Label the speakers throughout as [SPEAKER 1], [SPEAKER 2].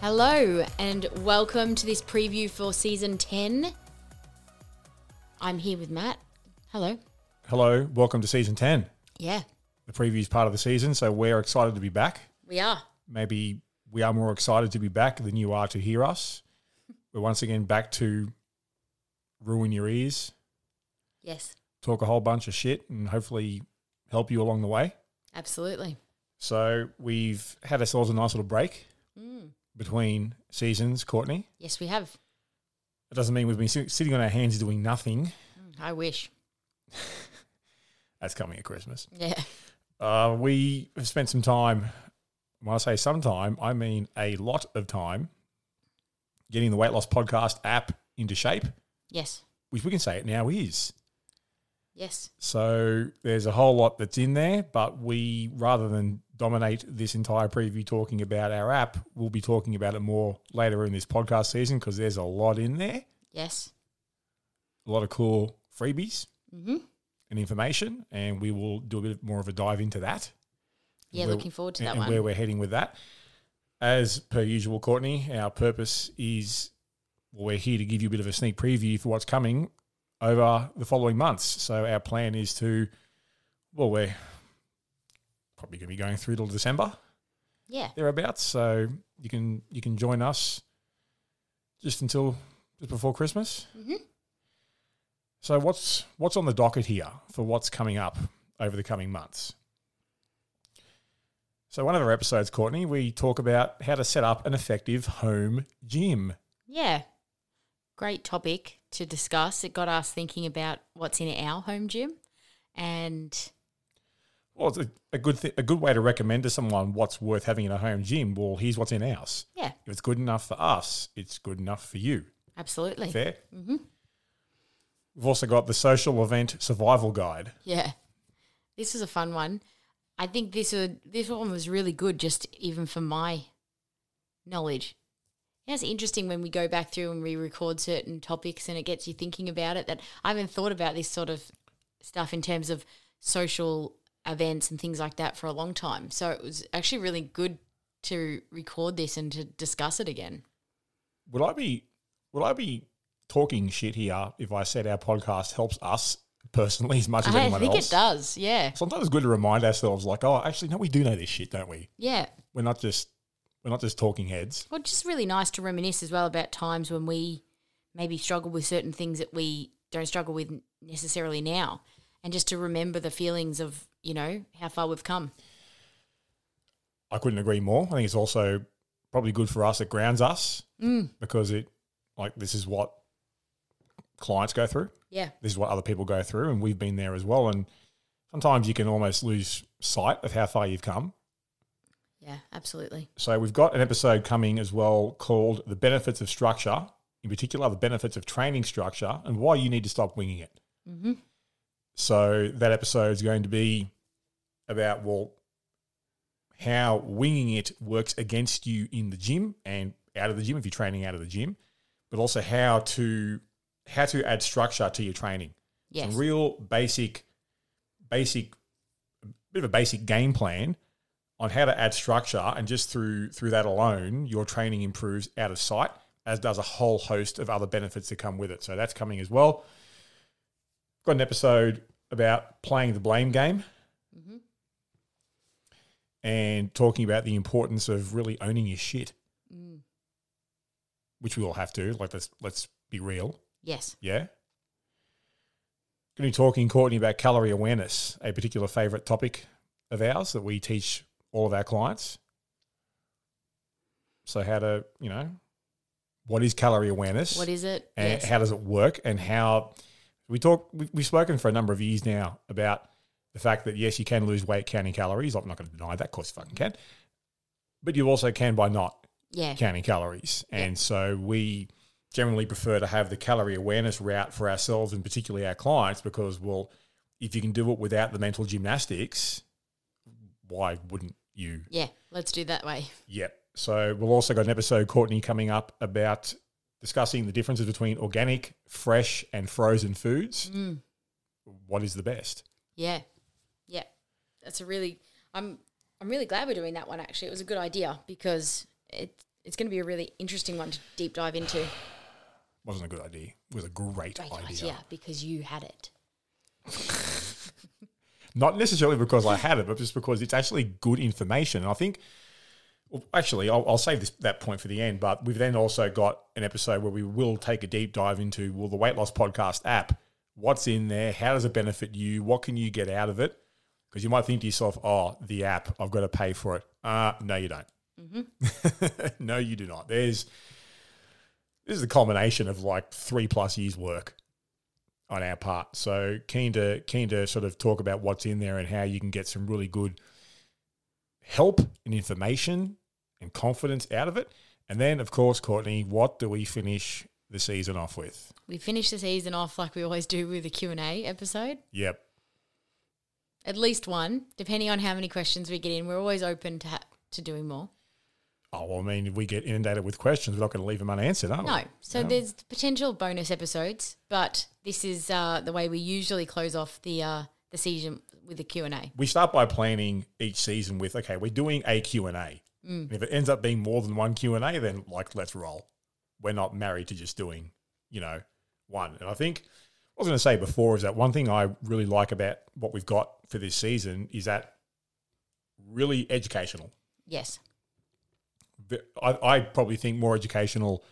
[SPEAKER 1] Hello and welcome to this preview for season 10. I'm here with Matt. Hello.
[SPEAKER 2] Hello, welcome to season 10.
[SPEAKER 1] Yeah,
[SPEAKER 2] The preview's part of the season, so we're excited to be back.
[SPEAKER 1] we are.
[SPEAKER 2] Maybe we are more excited to be back than you are to hear us. We're once again back to ruin your ears,
[SPEAKER 1] Yes,
[SPEAKER 2] talk a whole bunch of shit, and hopefully help you along the way.
[SPEAKER 1] absolutely.
[SPEAKER 2] So we've had ourselves a nice little break between seasons, Courtney.
[SPEAKER 1] Yes, we have.
[SPEAKER 2] It doesn't mean we've been sit- sitting on our hands doing nothing.
[SPEAKER 1] I wish.
[SPEAKER 2] That's coming at Christmas.
[SPEAKER 1] Yeah.
[SPEAKER 2] Uh, we have spent some time. When I say some time, I mean a lot of time getting the weight loss podcast app into shape,
[SPEAKER 1] Yes.
[SPEAKER 2] which we can say it now is.
[SPEAKER 1] Yes.
[SPEAKER 2] So there's a whole lot that's in there, but we rather than dominate this entire preview talking about our app, we'll be talking about it more later in this podcast season because there's a lot in there,
[SPEAKER 1] Yes.
[SPEAKER 2] a lot of cool freebies
[SPEAKER 1] Mm-hmm.
[SPEAKER 2] and information, and we will do a bit more of a dive into that.
[SPEAKER 1] Yeah,
[SPEAKER 2] where-
[SPEAKER 1] looking forward to
[SPEAKER 2] and-
[SPEAKER 1] that
[SPEAKER 2] and
[SPEAKER 1] one.
[SPEAKER 2] where we're heading with that. As per usual, Courtney, our purpose is well, we're here to give you a bit of a sneak preview for what's coming over the following months. So our plan is to, well, we're probably going to be going through till December
[SPEAKER 1] yeah.
[SPEAKER 2] thereabouts. So you can you can join us just until just before Christmas.
[SPEAKER 1] Mhm.
[SPEAKER 2] So what's what's on the docket here for what's coming up over the coming months? So one of our episodes, Courtney, we talk about how to set up an effective home gym.
[SPEAKER 1] Yeah. Great topic to discuss. It got us thinking about what's in our home gym and
[SPEAKER 2] Well, it's a, a good th- a good way to recommend to someone what's worth having in a home gym. Well, here's what's in ours.
[SPEAKER 1] yeah,
[SPEAKER 2] If it's good enough for us, it's good enough for you.
[SPEAKER 1] absolutely.
[SPEAKER 2] Fair.
[SPEAKER 1] Mm-hmm.
[SPEAKER 2] We've also got the social event survival guide.
[SPEAKER 1] Yeah. This is a fun one. I think this uh, this one was really good just even for my knowledge. Yeah, it's interesting when we go back through and we record certain topics and it gets you thinking about it that I haven't thought about this sort of stuff in terms of social events and things like that for a long time. So it was actually really good to record this and to discuss it again.
[SPEAKER 2] would I be would I be talking shit here if I said our podcast helps us personally as much as
[SPEAKER 1] I
[SPEAKER 2] anyone
[SPEAKER 1] think
[SPEAKER 2] else?
[SPEAKER 1] it does. Yeah.
[SPEAKER 2] Sometimes it's good to remind ourselves, like, oh, actually, no, we do know this shit, don't we?
[SPEAKER 1] Yeah.
[SPEAKER 2] We're not just we're not just talking heads.
[SPEAKER 1] Well, just really nice to reminisce as well about times when we maybe struggle with certain things that we don't struggle with necessarily now, and just to remember the feelings of you know how far we've come.
[SPEAKER 2] I couldn't agree more. I think it's also probably good for us. It grounds us
[SPEAKER 1] Mm.
[SPEAKER 2] because it like this is what clients go through.
[SPEAKER 1] Yeah,
[SPEAKER 2] This is what other people go through, and we've been there as well. And sometimes you can almost lose sight of how far you've come.
[SPEAKER 1] yeah, absolutely.
[SPEAKER 2] So we've got an episode coming as well called "The Benefits of Structure," in particular, the benefits of training structure and why you need to stop winging it.
[SPEAKER 1] Mm-hmm.
[SPEAKER 2] So that episode is going to be about well how winging it works against you in the gym and out of the gym if you're training out of the gym, but also how to how to add structure to your training.
[SPEAKER 1] Yes,
[SPEAKER 2] Some real basic, basic, bit of a basic game plan on how to add structure, and just through through that alone, your training improves out of sight, as does a whole host of other benefits that come with it. So that's coming as well. Got an episode about playing the blame game. And talking about the importance of really owning your shit, which we all have to. Like, let's let's be real.
[SPEAKER 1] yes,
[SPEAKER 2] Yeah. Going to be talking, Courtney, about calorie awareness, a particular favourite topic of ours that we teach all of our clients. So, how to, you know, what is calorie awareness?
[SPEAKER 1] What is it?
[SPEAKER 2] and
[SPEAKER 1] yes,
[SPEAKER 2] Eh, how does it work and how we talk we- we've spoken for a number of years now about the fact that yes you can lose weight counting calories i'm not going to deny that of course you fucking can but you also can by not
[SPEAKER 1] yeah,
[SPEAKER 2] counting calories and so we generally prefer to have the calorie awareness route for ourselves and particularly our clients because, well, if you can do it without the mental gymnastics, why wouldn't you?
[SPEAKER 1] Yeah, let's do that way.
[SPEAKER 2] Yep. So we'll also got an episode, Courtney, coming up about discussing the differences between organic, fresh, and frozen foods. What is the best?
[SPEAKER 1] Yeah. Yeah. That's a really I'm I'm really glad we're doing that one actually. It was a good idea because it it's going to be a really interesting one to deep dive into.
[SPEAKER 2] Wasn't a good idea. It was a great,
[SPEAKER 1] Great
[SPEAKER 2] idea.
[SPEAKER 1] idea because you had it.
[SPEAKER 2] Not necessarily because I had it, but just because it's actually good information. And I think, well, actually, I'll, I'll save this, that point for the end. But we've then also got an episode where we will take a deep dive into well the weight loss podcast app. What's in there? How does it benefit you? What can you get out of it? Because you might think to yourself, "Oh, the app. I've got to pay for it." Uh, no, you don't. no, you do not. There's this is a combination of like three plus years work on our part. So keen to keen to sort of talk about what's in there and how you can get some really good help and information and confidence out of it. And then, of course, Courtney, what do we finish the season off with?
[SPEAKER 1] We finish the season off like we always do with a Q&A episode.
[SPEAKER 2] Yep,
[SPEAKER 1] At least one, depending on how many questions we get in. We're always open to ha- to doing more.
[SPEAKER 2] Oh, well, I mean, if we get inundated with questions, we're not going to leave them unanswered, are we?
[SPEAKER 1] No. So there's potential bonus episodes, but this is uh, the way we usually close off the uh, the season with a Q&A.
[SPEAKER 2] We start by planning each season with, okay, we're doing a Q&A. And if it ends up being more than one Q&A, then like, let's roll. We're not married to just doing, you know, one. And I think what I was going to say before is that one thing I really like about what we've got for this season is that really educational.
[SPEAKER 1] Yes.
[SPEAKER 2] ve- I, I probably think more educational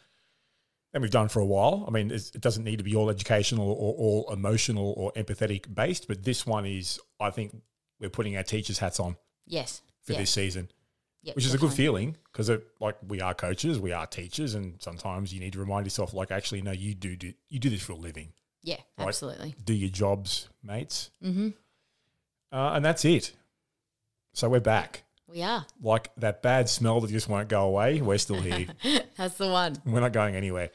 [SPEAKER 2] than we've done for a while. I mean, it's, it doesn't need to be all educational or all emotional or empathetic based, but this one is, I think, we're putting our teachers' hats on
[SPEAKER 1] Yes.
[SPEAKER 2] for
[SPEAKER 1] Yeah.
[SPEAKER 2] this season,
[SPEAKER 1] Yeah,
[SPEAKER 2] which is a good
[SPEAKER 1] definitely.
[SPEAKER 2] feeling because, like, we are coaches, we are teachers, and sometimes you need to remind yourself, like, actually, no, you do do you do this for a living.
[SPEAKER 1] Yeah,
[SPEAKER 2] Right.
[SPEAKER 1] absolutely.
[SPEAKER 2] Do your jobs, mates. Mm-hmm. Uh, and that's it. So we're back.
[SPEAKER 1] We are.
[SPEAKER 2] Like that bad smell that just won't go away. We're still here.
[SPEAKER 1] That's the one.
[SPEAKER 2] We're not going anywhere.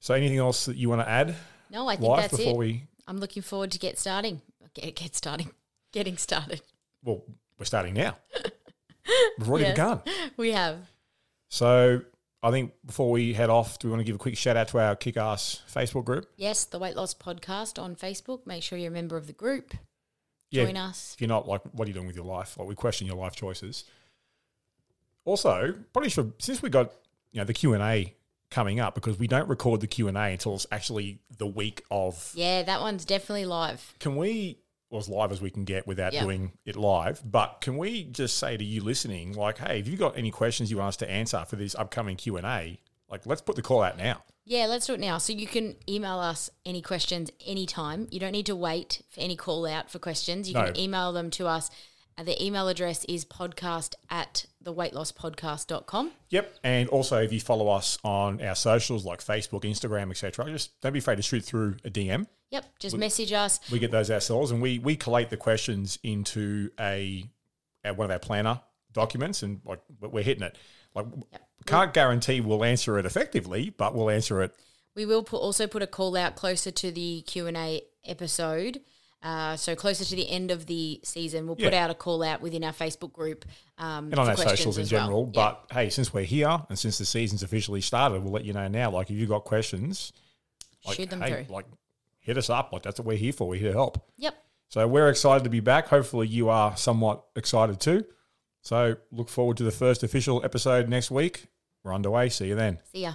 [SPEAKER 2] So, anything else that you want to add,
[SPEAKER 1] No, I think
[SPEAKER 2] life,
[SPEAKER 1] that's
[SPEAKER 2] before
[SPEAKER 1] it.
[SPEAKER 2] we?
[SPEAKER 1] I'm looking forward to get starting. Get, get starting. Getting started.
[SPEAKER 2] Well, we're starting now. We've already
[SPEAKER 1] Yes.
[SPEAKER 2] begun.
[SPEAKER 1] We have.
[SPEAKER 2] So, I think before we head off, do we want to give a quick shout out to our kick ass Facebook group?
[SPEAKER 1] Yes, the Weight Loss Podcast on Facebook. Make sure you're a member of the group. Join us.
[SPEAKER 2] If you're not, like, what are you doing with your life? Like, we question your life choices. Also, probably should since we got you know the Q and A coming up because we don't record the Q and A until it's actually the week of
[SPEAKER 1] Yeah, that one's definitely live.
[SPEAKER 2] can we well, as live as we can get without
[SPEAKER 1] Yeah.
[SPEAKER 2] doing it live but can we just say to you listening like hey if you've got any questions you want us to answer for this upcoming q&a like let's put the call out now
[SPEAKER 1] Yeah, let's do it now. So you can email us any questions anytime. You don't need to wait for any call out for questions. You
[SPEAKER 2] No.
[SPEAKER 1] can email them to us. Uh, The email address is podcast at theweightlosspodcast.com.
[SPEAKER 2] yep and also if you follow us on our socials like facebook instagram etc just don't be afraid to shoot through a dm
[SPEAKER 1] Yep, just message us.
[SPEAKER 2] we get those ourselves and we we collate the questions into a, uh, one of our planner documents and like we're hitting it like can't guarantee we'll answer it effectively but we'll answer it
[SPEAKER 1] We will put, also put a call out closer to the Q and A episode. Uh, so closer to the end of the season, we'll put
[SPEAKER 2] Yeah.
[SPEAKER 1] out a call out within our Facebook group um,
[SPEAKER 2] and on
[SPEAKER 1] for
[SPEAKER 2] our
[SPEAKER 1] questions
[SPEAKER 2] socials in
[SPEAKER 1] as well.
[SPEAKER 2] general.
[SPEAKER 1] Yeah.
[SPEAKER 2] But hey, since we're here and since the season's officially started, we'll let you know now. Like, if you've got questions, like,
[SPEAKER 1] Shoot them
[SPEAKER 2] hey,
[SPEAKER 1] through.
[SPEAKER 2] like hit us up. Like, that's what we're here for. We're here to help.
[SPEAKER 1] yep,
[SPEAKER 2] So we're excited to be back. Hopefully, you are somewhat excited too. So look forward to the first official episode next week. We're underway. See you then.
[SPEAKER 1] see ya.